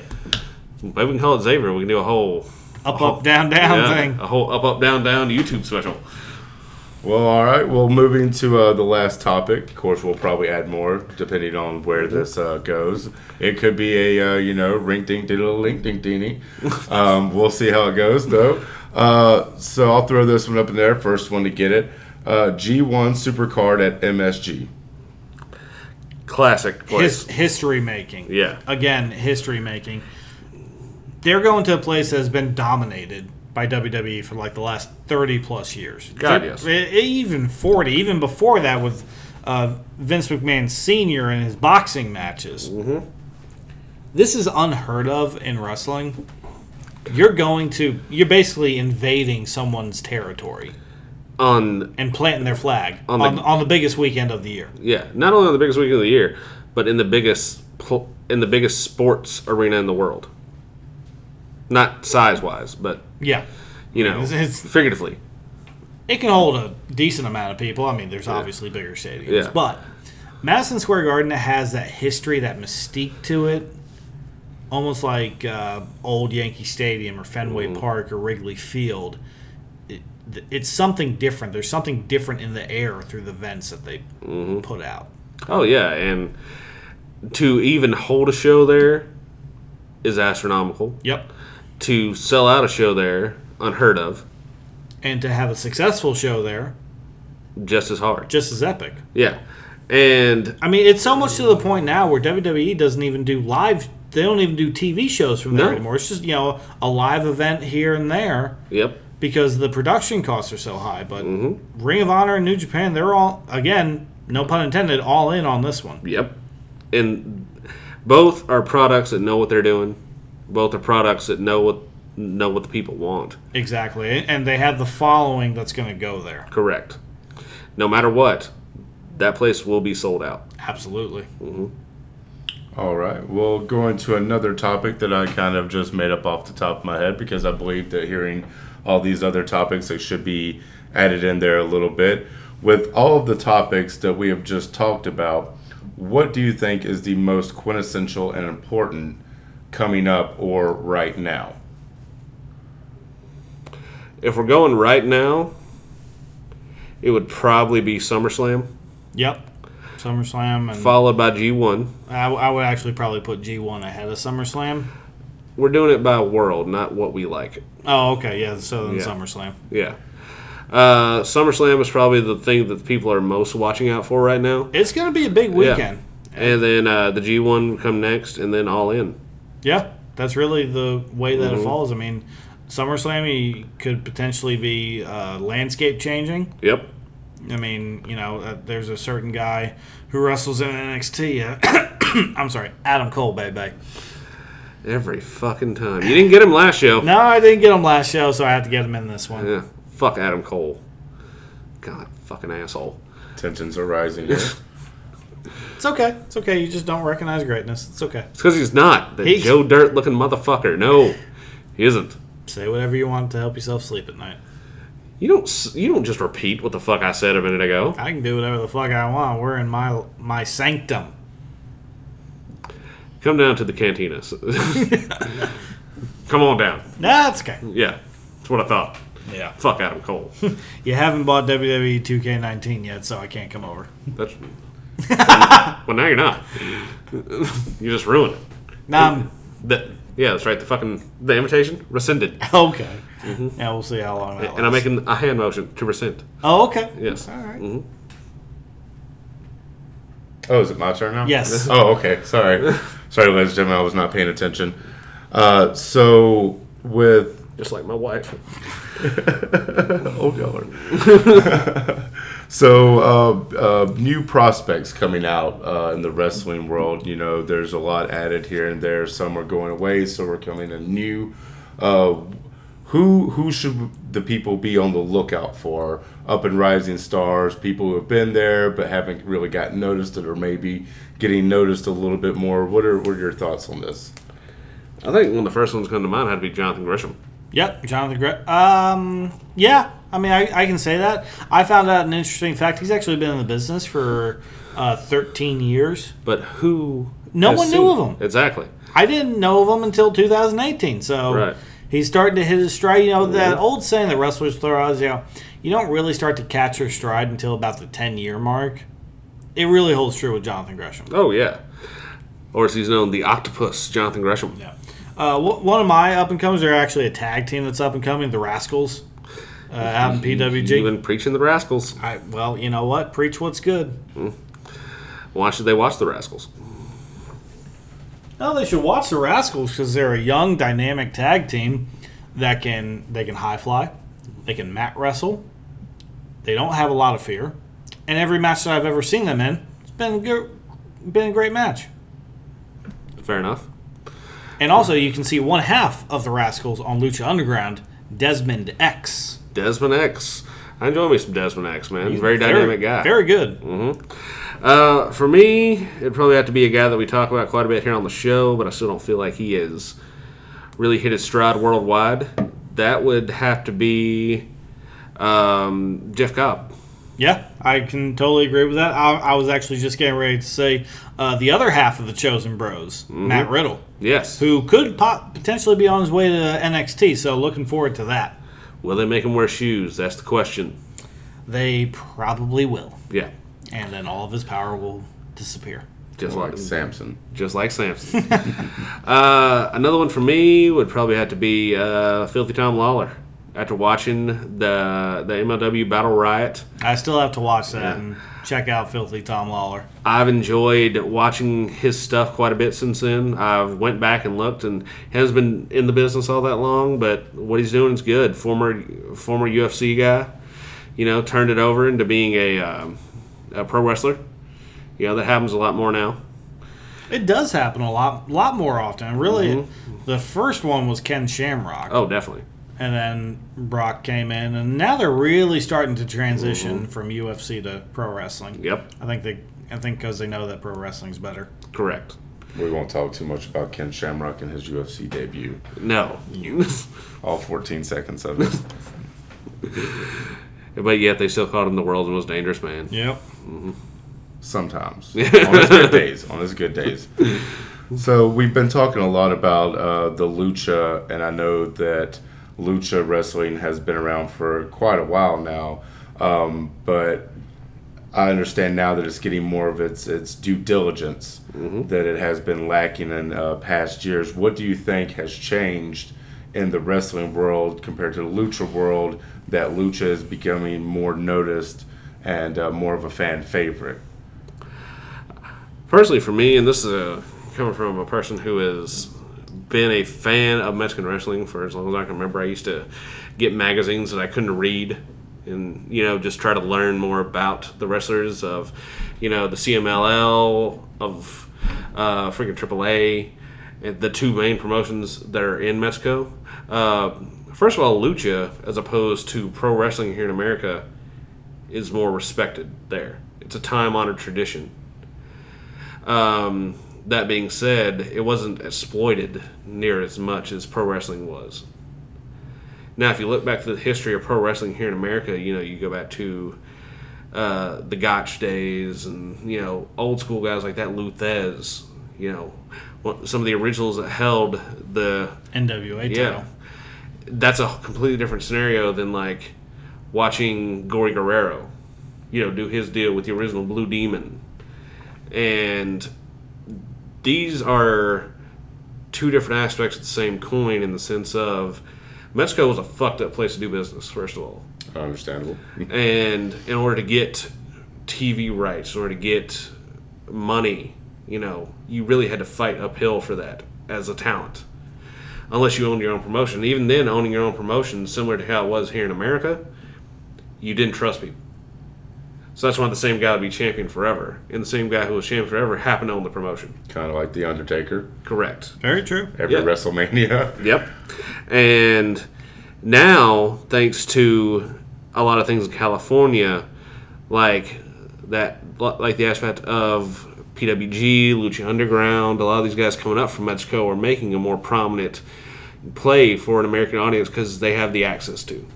[SPEAKER 1] Maybe we can call it Xavier. We can do a whole
[SPEAKER 3] Up, up, down, down
[SPEAKER 1] yeah,
[SPEAKER 3] thing.
[SPEAKER 1] a whole up up down down YouTube special.
[SPEAKER 2] Well, all right. Well, moving to uh, the last topic. Of course, we'll probably add more depending on where this uh, goes. It could be a uh, you know ring ding diddle link ding dingy. Um, we'll see how it goes though. Uh, so I'll throw this one up in there. First one to get it. Uh, G1 Supercard at MSG.
[SPEAKER 1] Classic place.
[SPEAKER 3] His, history making.
[SPEAKER 1] Yeah.
[SPEAKER 3] Again, history making. They're going to a place that has been dominated by WWE for like the last 30 plus years.
[SPEAKER 1] God,
[SPEAKER 3] They-
[SPEAKER 1] yes.
[SPEAKER 3] e- Even 40, even before that with uh, Vince McMahon Sr. and his boxing matches. Mm-hmm. This is unheard of in wrestling. You're going to, you're basically invading someone's territory
[SPEAKER 1] on
[SPEAKER 3] and planting their flag on
[SPEAKER 1] the-
[SPEAKER 3] on, the biggest weekend of the year.
[SPEAKER 1] yeah, not only on the biggest weekend of the year, but in the biggest pl- in the biggest sports arena in the world. Not size wise, but
[SPEAKER 3] Yeah.
[SPEAKER 1] you know,
[SPEAKER 3] It's- it's-
[SPEAKER 1] figuratively.
[SPEAKER 3] it can hold a decent amount of people. I mean, there's obviously bigger stadiums,
[SPEAKER 1] Yeah.
[SPEAKER 3] but Madison Square Garden has that history, that mystique to it, almost like uh, old Yankee Stadium or Fenway Park or Wrigley Field. It, th- it's something different. There's something different in the air through the vents that they put out.
[SPEAKER 1] Oh yeah, and to even hold a show there is astronomical.
[SPEAKER 3] Yep.
[SPEAKER 1] To sell out a show there, unheard of.
[SPEAKER 3] And to have a successful show there,
[SPEAKER 1] Just as hard.
[SPEAKER 3] just as epic.
[SPEAKER 1] Yeah, and
[SPEAKER 3] I mean, it's so much to the point now where WWE doesn't even do live. They don't even do TV shows from there
[SPEAKER 1] No.
[SPEAKER 3] anymore. It's just you know a live event here and there
[SPEAKER 1] yep,
[SPEAKER 3] because the production costs are so high. But
[SPEAKER 1] Mm-hmm.
[SPEAKER 3] Ring of Honor and New Japan, they're all again, no pun intended, all in on this one.
[SPEAKER 1] yep, and both are products that know what they're doing. Both are products that know what know what the people want.
[SPEAKER 3] Exactly, and they have the following that's going to go there.
[SPEAKER 1] Correct. No matter what, that place will be sold out.
[SPEAKER 3] Absolutely.
[SPEAKER 2] All right. Well, going to another topic that I kind of just made up off the top of my head because I believe that hearing all these other topics they should be added in there a little bit. With all of the topics that we have just talked about, what do you think is the most quintessential and important coming up or right now?
[SPEAKER 1] If we're going right now, it would probably be SummerSlam,
[SPEAKER 3] Yep. SummerSlam, and
[SPEAKER 1] followed by G1.
[SPEAKER 3] I, I would actually probably put G1 ahead of SummerSlam.
[SPEAKER 1] We're doing it by world, not what we like.
[SPEAKER 3] Oh, okay, yeah. So then
[SPEAKER 1] Yeah.
[SPEAKER 3] SummerSlam.
[SPEAKER 1] Yeah. Uh, SummerSlam is probably the thing that people are most watching out for right now.
[SPEAKER 3] It's going to be a big weekend.
[SPEAKER 1] And then uh, the G1 would come next, and then All In.
[SPEAKER 3] Yeah, that's really the way that
[SPEAKER 1] Mm-hmm.
[SPEAKER 3] it falls. I mean, SummerSlam you could potentially be uh, landscape changing.
[SPEAKER 1] Yep.
[SPEAKER 3] I mean, you know, uh, there's a certain guy who wrestles in NXT. Uh, I'm sorry, Adam Cole, baby.
[SPEAKER 1] Every fucking time. You didn't get him last show.
[SPEAKER 3] No, I didn't get him last show, so I have to get him in this one.
[SPEAKER 1] Yeah. Fuck Adam Cole. God, fucking asshole.
[SPEAKER 2] Tensions are rising. here.
[SPEAKER 3] It's okay. It's okay. You just don't recognize greatness. It's okay.
[SPEAKER 1] It's because he's not the
[SPEAKER 3] He's-
[SPEAKER 1] Joe Dirt looking motherfucker. No, he isn't.
[SPEAKER 3] Say whatever you want to help yourself sleep at night.
[SPEAKER 1] You don't. s- You don't just repeat what the fuck I said a minute ago.
[SPEAKER 3] I can do whatever the fuck I want. We're in my my sanctum.
[SPEAKER 1] Come down to the cantinas. Come on down.
[SPEAKER 3] That's okay.
[SPEAKER 1] Yeah, that's what I thought.
[SPEAKER 3] Yeah.
[SPEAKER 1] Fuck Adam Cole.
[SPEAKER 3] You haven't bought E WWE 2K19 yet, so I can't come over.
[SPEAKER 1] That's. well, now you're not. You just ruined it.
[SPEAKER 3] Nah, I'm
[SPEAKER 1] The- yeah, that's right. The fucking the invitation rescinded,
[SPEAKER 3] Okay. Yeah, we'll see how long that
[SPEAKER 1] Mm-hmm. and I'm
[SPEAKER 3] lasts.
[SPEAKER 1] making a hand motion to rescind.
[SPEAKER 3] Oh, okay.
[SPEAKER 1] Yes. Mm-hmm.
[SPEAKER 3] All right.
[SPEAKER 2] Oh, is it my turn now?
[SPEAKER 3] Yes.
[SPEAKER 2] Oh, okay. Sorry. Sorry, ladies and gentlemen. I was not paying attention. Uh, so, with
[SPEAKER 1] Just like my wife.
[SPEAKER 2] oh god. so uh, uh, new prospects coming out uh, in the wrestling world. You know, there's a lot added here and there. Some are going away. Some are coming in new. Uh, who who should the people be on the lookout for? Up and rising stars, people who have been there but haven't really gotten noticed, or maybe getting noticed a little bit more. What are what are your thoughts on this?
[SPEAKER 1] I think one of the first ones come to mind had to be Jonathan Gresham.
[SPEAKER 3] Yep, Jonathan Gre- Um, yeah, I mean, I, I can say that. I found out an interesting fact. He's actually been in the business for uh, 13 years.
[SPEAKER 1] But who?
[SPEAKER 3] No
[SPEAKER 1] has
[SPEAKER 3] one knew
[SPEAKER 1] seen-
[SPEAKER 3] of him.
[SPEAKER 1] Exactly.
[SPEAKER 3] I didn't know of him until 2018. So
[SPEAKER 1] Right. Mm-hmm.
[SPEAKER 3] he's starting to hit his stride. You know, that old saying that wrestlers throw out is, you know, you don't really start to catch her stride until about the 10 year mark. It really holds true with Jonathan Gresham.
[SPEAKER 1] Oh yeah, or as he's known, the Octopus, Jonathan Gresham.
[SPEAKER 3] Yeah. Uh, wh- one of my up and comers are actually a tag team that's up and coming, the Rascals, uh, out in
[SPEAKER 1] You've
[SPEAKER 3] PWG.
[SPEAKER 1] been preaching the Rascals.
[SPEAKER 3] I, well, you know what? Preach what's good.
[SPEAKER 1] Why should they watch the Rascals?
[SPEAKER 3] No, they should watch the Rascals because they're a young, dynamic tag team that can they can high fly, they can mat wrestle, they don't have a lot of fear, and every match that I've ever seen them in, it's been a good, been a great match.
[SPEAKER 1] Fair enough.
[SPEAKER 3] And also, you can see one half of the Rascals on Lucha Underground, Desmond X.
[SPEAKER 1] Desmond X. I enjoy me some Desmond X, man. very dynamic guy.
[SPEAKER 3] Very good.
[SPEAKER 1] Uh, for me, it'd probably have to be a guy that we talk about quite a bit here on the show, but I still don't feel like he has really hit his stride worldwide. That would have to be um, Jeff Cobb.
[SPEAKER 3] Yeah, I can totally agree with that. I, I was actually just getting ready to say uh, the other half of the Chosen Bros, Matt Riddle.
[SPEAKER 1] Yes.
[SPEAKER 3] who could pot- potentially be on his way to NXT. So looking forward to that.
[SPEAKER 1] Will they make him wear shoes? That's the question.
[SPEAKER 3] They probably will,
[SPEAKER 1] Yeah.
[SPEAKER 3] and then all of his power will disappear.
[SPEAKER 1] Just
[SPEAKER 2] Like
[SPEAKER 1] like
[SPEAKER 2] Samson.
[SPEAKER 1] just like Samson. uh, another one for me would probably have to be uh, Filthy Tom Lawler. After watching the the MLW Battle Riot,
[SPEAKER 3] I still have to watch that and check out Filthy Tom Lawler.
[SPEAKER 1] I've enjoyed watching his stuff quite a bit since then. I've went back and looked, and he hasn't been in the business all that long, but what he's doing is good. Former former UFC guy, you know, turned it over into being a, um, a pro wrestler. You know that happens a lot more now.
[SPEAKER 3] It does happen a lot, lot more often. And Really, the first one was Ken Shamrock,
[SPEAKER 1] Oh, definitely.
[SPEAKER 3] and then Brock came in, and now they're really starting to transition from UFC to pro wrestling.
[SPEAKER 1] Mm-hmm. Yep,
[SPEAKER 3] I think they, I think because they know that pro wrestling's better.
[SPEAKER 1] correct.
[SPEAKER 2] We won't talk too much about Ken Shamrock and his UFC debut.
[SPEAKER 1] No.
[SPEAKER 2] All 14 seconds of it.
[SPEAKER 1] But yet they still called him the world's most dangerous man.
[SPEAKER 3] Yep.
[SPEAKER 2] Sometimes. on his good days. On his good days. So we've been talking a lot about uh, the lucha, and I know that lucha wrestling has been around for quite a while now. Um, but I understand now that it's getting more of its its due diligence that it has been lacking in uh, past years. What do you think has changed in the wrestling world compared to the lucha world that lucha is becoming more noticed and uh, more of a fan favorite?
[SPEAKER 1] Personally, for me, and this is a, coming from a person who has been a fan of Mexican wrestling for as long as I can remember, I used to get magazines that I couldn't read and, you know, just try to learn more about the wrestlers of, you know, the CMLL, of uh, freaking AAA, and the two main promotions that are in Mexico. Uh, first of all, Lucha, as opposed to pro wrestling here in America, is more respected there. It's a time honored tradition. Um, that being said, it wasn't exploited near as much as pro wrestling was. Now, if you look back to the history of pro wrestling here in America, you know, you go back to uh, the Gotch days and, you know, old school guys like that, Luthez, you know, one- some of the originals that held the
[SPEAKER 3] NWA title.
[SPEAKER 1] yeah. That's a completely different scenario than like watching Gory Guerrero, you know, do his deal with the original Blue Demon. And these are two different aspects of the same coin in the sense of Mexico was a fucked up place to do business, first of all
[SPEAKER 2] Understandable.
[SPEAKER 1] and in order to get TV rights, in order to get money, you know, you really had to fight uphill for that as a talent, unless you owned your own promotion. Even then, owning your own promotion, similar to how it was here in America, you didn't trust people. So that's why the same guy would be champion forever, and the same guy who was champion forever happened to own the promotion.
[SPEAKER 2] kind of like The Undertaker.
[SPEAKER 1] Correct.
[SPEAKER 3] Very true.
[SPEAKER 2] Every
[SPEAKER 1] Yeah.
[SPEAKER 2] WrestleMania.
[SPEAKER 1] Yep. And now, thanks to a lot of things in California, like that, like the aspect of PWG, Lucha Underground, a lot of these guys coming up from Mexico are making a more prominent play for an American audience because they have the access to.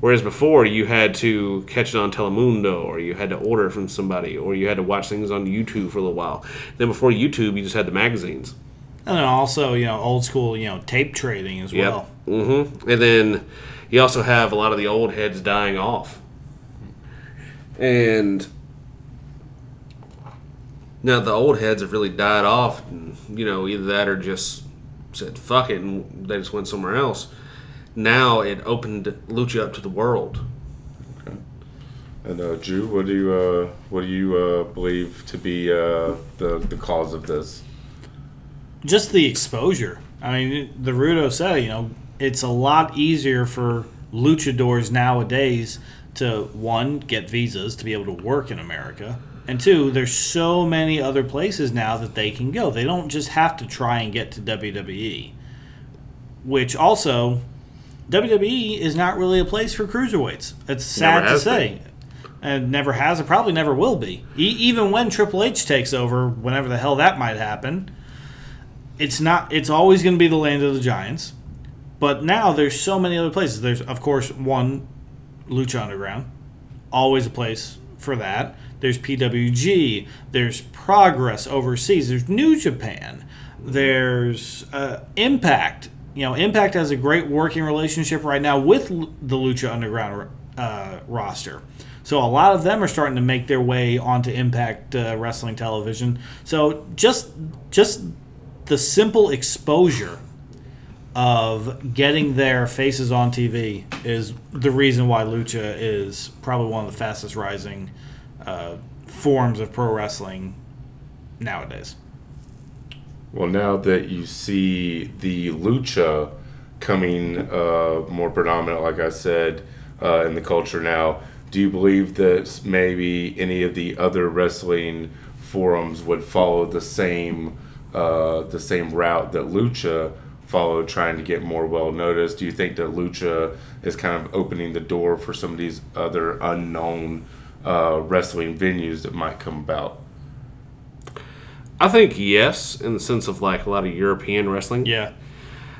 [SPEAKER 1] Whereas before, you had to catch it on Telemundo, or you had to order from somebody, or you had to watch things on YouTube for a little while. Then before YouTube, you just had the magazines.
[SPEAKER 3] And then also, you know, old school, you know, tape trading as well.
[SPEAKER 1] Mm-hmm. And then, You also have a lot of the old heads dying off. And now the old heads have really died off. And, you know, either that or just said fuck it and they just went somewhere else. Now it opened Lucha up to the world.
[SPEAKER 2] And uh, Jew, what do you uh, what do you uh, believe to be uh, the the cause of this?
[SPEAKER 3] just the exposure. I mean, the Rudo said, you know, it's a lot easier for luchadors nowadays to one get visas to be able to work in America, and two, there's so many other places now that they can go. They don't just have to try and get to WWE, which also WWE is not really a place for cruiserweights. It's sad
[SPEAKER 1] Never
[SPEAKER 3] to
[SPEAKER 1] has
[SPEAKER 3] say. And never has, and probably never will be. E- even when Triple H takes over, whenever the hell that might happen, it's not it's always going to be the land of the giants but now there's so many other places there's of course one lucha underground always a place for that there's pwg there's progress overseas there's new japan there's uh, impact you know impact has a great working relationship right now with l- the lucha underground uh, roster so a lot of them are starting to make their way onto impact uh, wrestling television so just just the simple exposure of getting their faces on TV is the reason why lucha is probably one of the fastest rising uh, forms of pro wrestling nowadays.
[SPEAKER 2] Well, now that you see the lucha coming uh, more predominant, like I said, uh, in the culture now, do you believe that maybe any of the other wrestling forums would follow the same uh, the same route that lucha followed, trying to get more well noticed? Do you think that lucha is kind of opening the door for some of these other unknown uh, wrestling venues that might come about?
[SPEAKER 1] I think yes, in the sense of like a lot of European wrestling.
[SPEAKER 3] Yeah.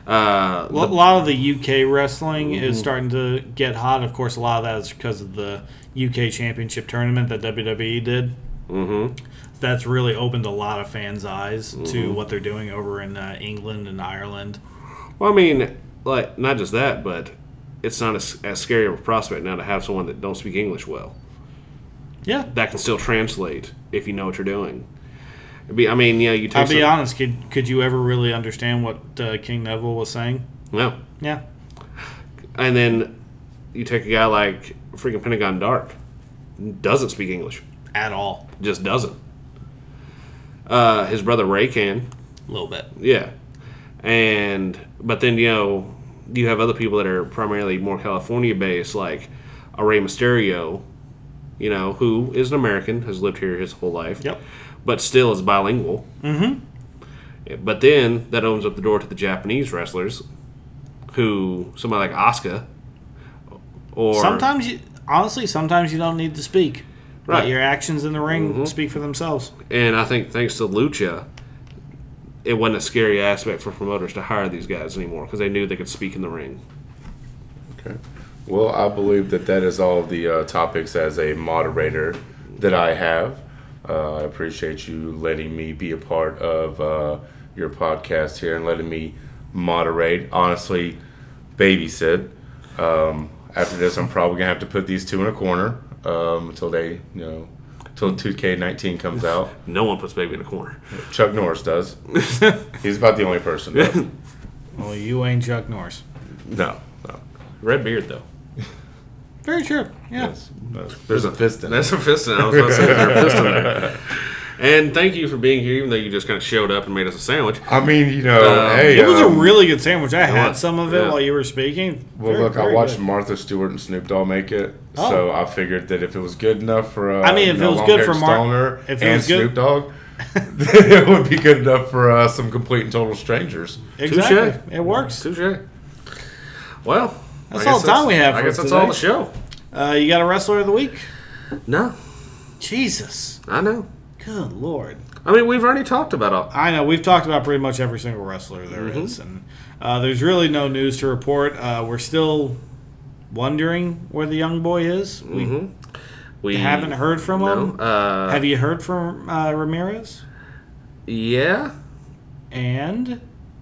[SPEAKER 1] Uh,
[SPEAKER 3] A lot of the Mm-hmm. UK wrestling is starting to get hot. Of course, a lot of that is because of the UK Championship tournament that WWE did. Mm-hmm. Mm-hmm. That's really opened a lot of fans' eyes to what they're doing over in uh, England and Ireland.
[SPEAKER 1] Well, I mean, like not just that, but it's not as, as scary of a prospect now to have someone that don't speak English well
[SPEAKER 3] Yeah,
[SPEAKER 1] that can still translate if you know what you're doing. It'd be- I mean, yeah, you take
[SPEAKER 3] I'll be
[SPEAKER 1] some-
[SPEAKER 3] honest. Could could you ever really understand what uh, King Neville was saying?
[SPEAKER 1] no,
[SPEAKER 3] Yeah,
[SPEAKER 1] and then you take a guy like freaking Pentagon Dark, doesn't speak English,
[SPEAKER 3] at all,
[SPEAKER 1] just doesn't. Uh, his brother Ray can,
[SPEAKER 3] a little bit.
[SPEAKER 1] Yeah, and but then you know you have other people that are primarily more California based, like a Rey Mysterio, you know, who is an American, has lived here his whole life.
[SPEAKER 3] Yep.
[SPEAKER 1] But still is bilingual. Mm-hmm. But then that opens up the door to the Japanese wrestlers, who somebody like Asuka, or
[SPEAKER 3] Sometimes you honestly, sometimes you don't need to speak. Right,
[SPEAKER 1] Right. Mm-hmm.
[SPEAKER 3] your actions in the ring speak for themselves.
[SPEAKER 1] And I think thanks to Lucha, it wasn't a scary aspect for promoters to hire these guys anymore because they knew they could speak in the ring.
[SPEAKER 2] Okay. Well, I believe that that is all of the uh, topics as a moderator that I have. Uh, I appreciate you letting me be a part of uh, your podcast here and letting me moderate. Honestly, babysit. Um, after this, I'm probably gonna have to put these two in a corner um, until they, you know, until 2K19 comes out.
[SPEAKER 1] No one puts baby in a corner.
[SPEAKER 2] Chuck Norris does. He's about the only person. though.
[SPEAKER 3] Well, you ain't Chuck Norris.
[SPEAKER 2] No, no.
[SPEAKER 1] Red beard though.
[SPEAKER 3] Very true. Yeah.
[SPEAKER 2] Yes. There's a fist in it.
[SPEAKER 1] That's a fist. in- I was about to say there's a fist in there. And thank you for being here, even though you just kind of showed up and made us a sandwich.
[SPEAKER 2] I mean, you know,
[SPEAKER 1] Um,
[SPEAKER 2] hey,
[SPEAKER 3] It was a
[SPEAKER 2] um,
[SPEAKER 3] really good sandwich. I had
[SPEAKER 1] was.
[SPEAKER 3] some of it
[SPEAKER 1] Yeah.
[SPEAKER 3] while you were speaking.
[SPEAKER 2] Well,
[SPEAKER 3] Very-
[SPEAKER 2] look, I
[SPEAKER 3] very
[SPEAKER 2] watched
[SPEAKER 3] good.
[SPEAKER 2] Martha Stewart and Snoop Dogg make it,
[SPEAKER 3] Oh.
[SPEAKER 2] so I figured that if it was good enough for, uh,
[SPEAKER 3] I mean, if
[SPEAKER 2] you know,
[SPEAKER 3] it was good for
[SPEAKER 2] long-haired
[SPEAKER 3] Mar-
[SPEAKER 2] stoner
[SPEAKER 3] if it
[SPEAKER 2] and
[SPEAKER 3] was good-
[SPEAKER 2] Snoop Dogg, it would be good enough for uh, some complete and total strangers.
[SPEAKER 3] Exactly. It works.
[SPEAKER 1] Touche. Well,
[SPEAKER 3] That's
[SPEAKER 1] I guess
[SPEAKER 3] all the time we have
[SPEAKER 1] I
[SPEAKER 3] for
[SPEAKER 1] guess that's all the
[SPEAKER 3] today.
[SPEAKER 1] show.
[SPEAKER 3] Uh, you got a wrestler of the week?
[SPEAKER 1] No,
[SPEAKER 3] Jesus.
[SPEAKER 1] I know.
[SPEAKER 3] Good lord.
[SPEAKER 1] I mean, we've already talked about all.
[SPEAKER 3] I know we've talked about pretty much every single wrestler there
[SPEAKER 1] Mm-hmm.
[SPEAKER 3] is, and uh, there's really no news to report. Uh, we're still wondering where the young boy is. We
[SPEAKER 1] Mm-hmm. We
[SPEAKER 3] haven't heard from
[SPEAKER 1] No.
[SPEAKER 3] him.
[SPEAKER 1] Uh,
[SPEAKER 3] Have you heard from uh, Ramirez?
[SPEAKER 1] yeah,
[SPEAKER 3] And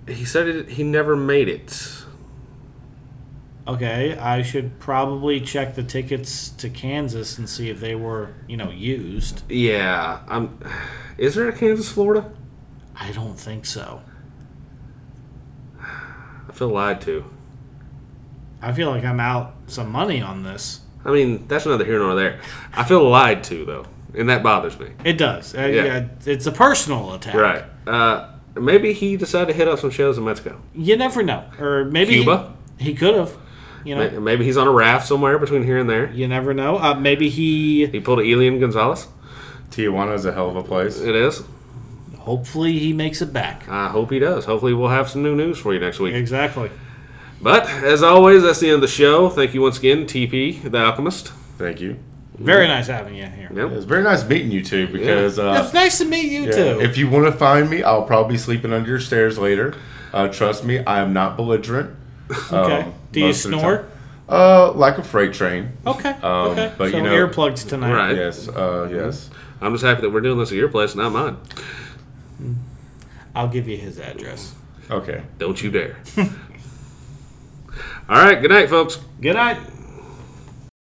[SPEAKER 1] he said it, he never made it.
[SPEAKER 3] okay, I should probably check the tickets to Kansas and see if they were, you know, used.
[SPEAKER 1] Yeah, I'm. Is there a Kansas, Florida?
[SPEAKER 3] I don't think so.
[SPEAKER 1] I feel lied to.
[SPEAKER 3] I feel like I'm out some money on this.
[SPEAKER 1] I mean, that's neither here nor there. I feel lied to though, and that bothers me.
[SPEAKER 3] It does. Uh,
[SPEAKER 1] Yeah.
[SPEAKER 3] yeah. it's a personal attack.
[SPEAKER 1] Right. Uh, maybe he decided to hit up some shells in Mexico.
[SPEAKER 3] You never know. Or maybe he-
[SPEAKER 1] Cuba?
[SPEAKER 3] He, could have. You know.
[SPEAKER 1] May- Maybe he's on a raft somewhere between here and there.
[SPEAKER 3] You never know. Uh, maybe he.
[SPEAKER 1] He pulled a Elian Gonzalez.
[SPEAKER 2] Tijuana is a hell of a place.
[SPEAKER 1] It is.
[SPEAKER 3] Hopefully, he makes it back.
[SPEAKER 1] I hope he does. Hopefully, we'll have some new news for you next week.
[SPEAKER 3] Exactly.
[SPEAKER 1] But as always, that's the end of the show. Thank you once again, TP the Alchemist.
[SPEAKER 2] Thank you.
[SPEAKER 3] Very nice having you here.
[SPEAKER 2] It was very nice meeting you two because uh,
[SPEAKER 3] It's nice to meet you
[SPEAKER 2] yeah,
[SPEAKER 3] too.
[SPEAKER 2] if you want to find me, I'll probably be sleeping under your stairs later. Uh, trust me, I am not belligerent.
[SPEAKER 3] okay.
[SPEAKER 2] um,
[SPEAKER 3] Do you
[SPEAKER 2] most of the
[SPEAKER 3] snore?
[SPEAKER 2] Uh, like a freight train.
[SPEAKER 3] Okay.
[SPEAKER 2] Um,
[SPEAKER 3] okay.
[SPEAKER 2] but
[SPEAKER 3] so
[SPEAKER 2] you know-
[SPEAKER 3] earplugs tonight.
[SPEAKER 1] Right.
[SPEAKER 2] Yes. Uh, yes.
[SPEAKER 1] I'm just happy that we're doing this at your place, not mine.
[SPEAKER 3] I'll give you his address.
[SPEAKER 2] Okay.
[SPEAKER 1] Don't you dare. All right. Good night, folks.
[SPEAKER 3] Good night.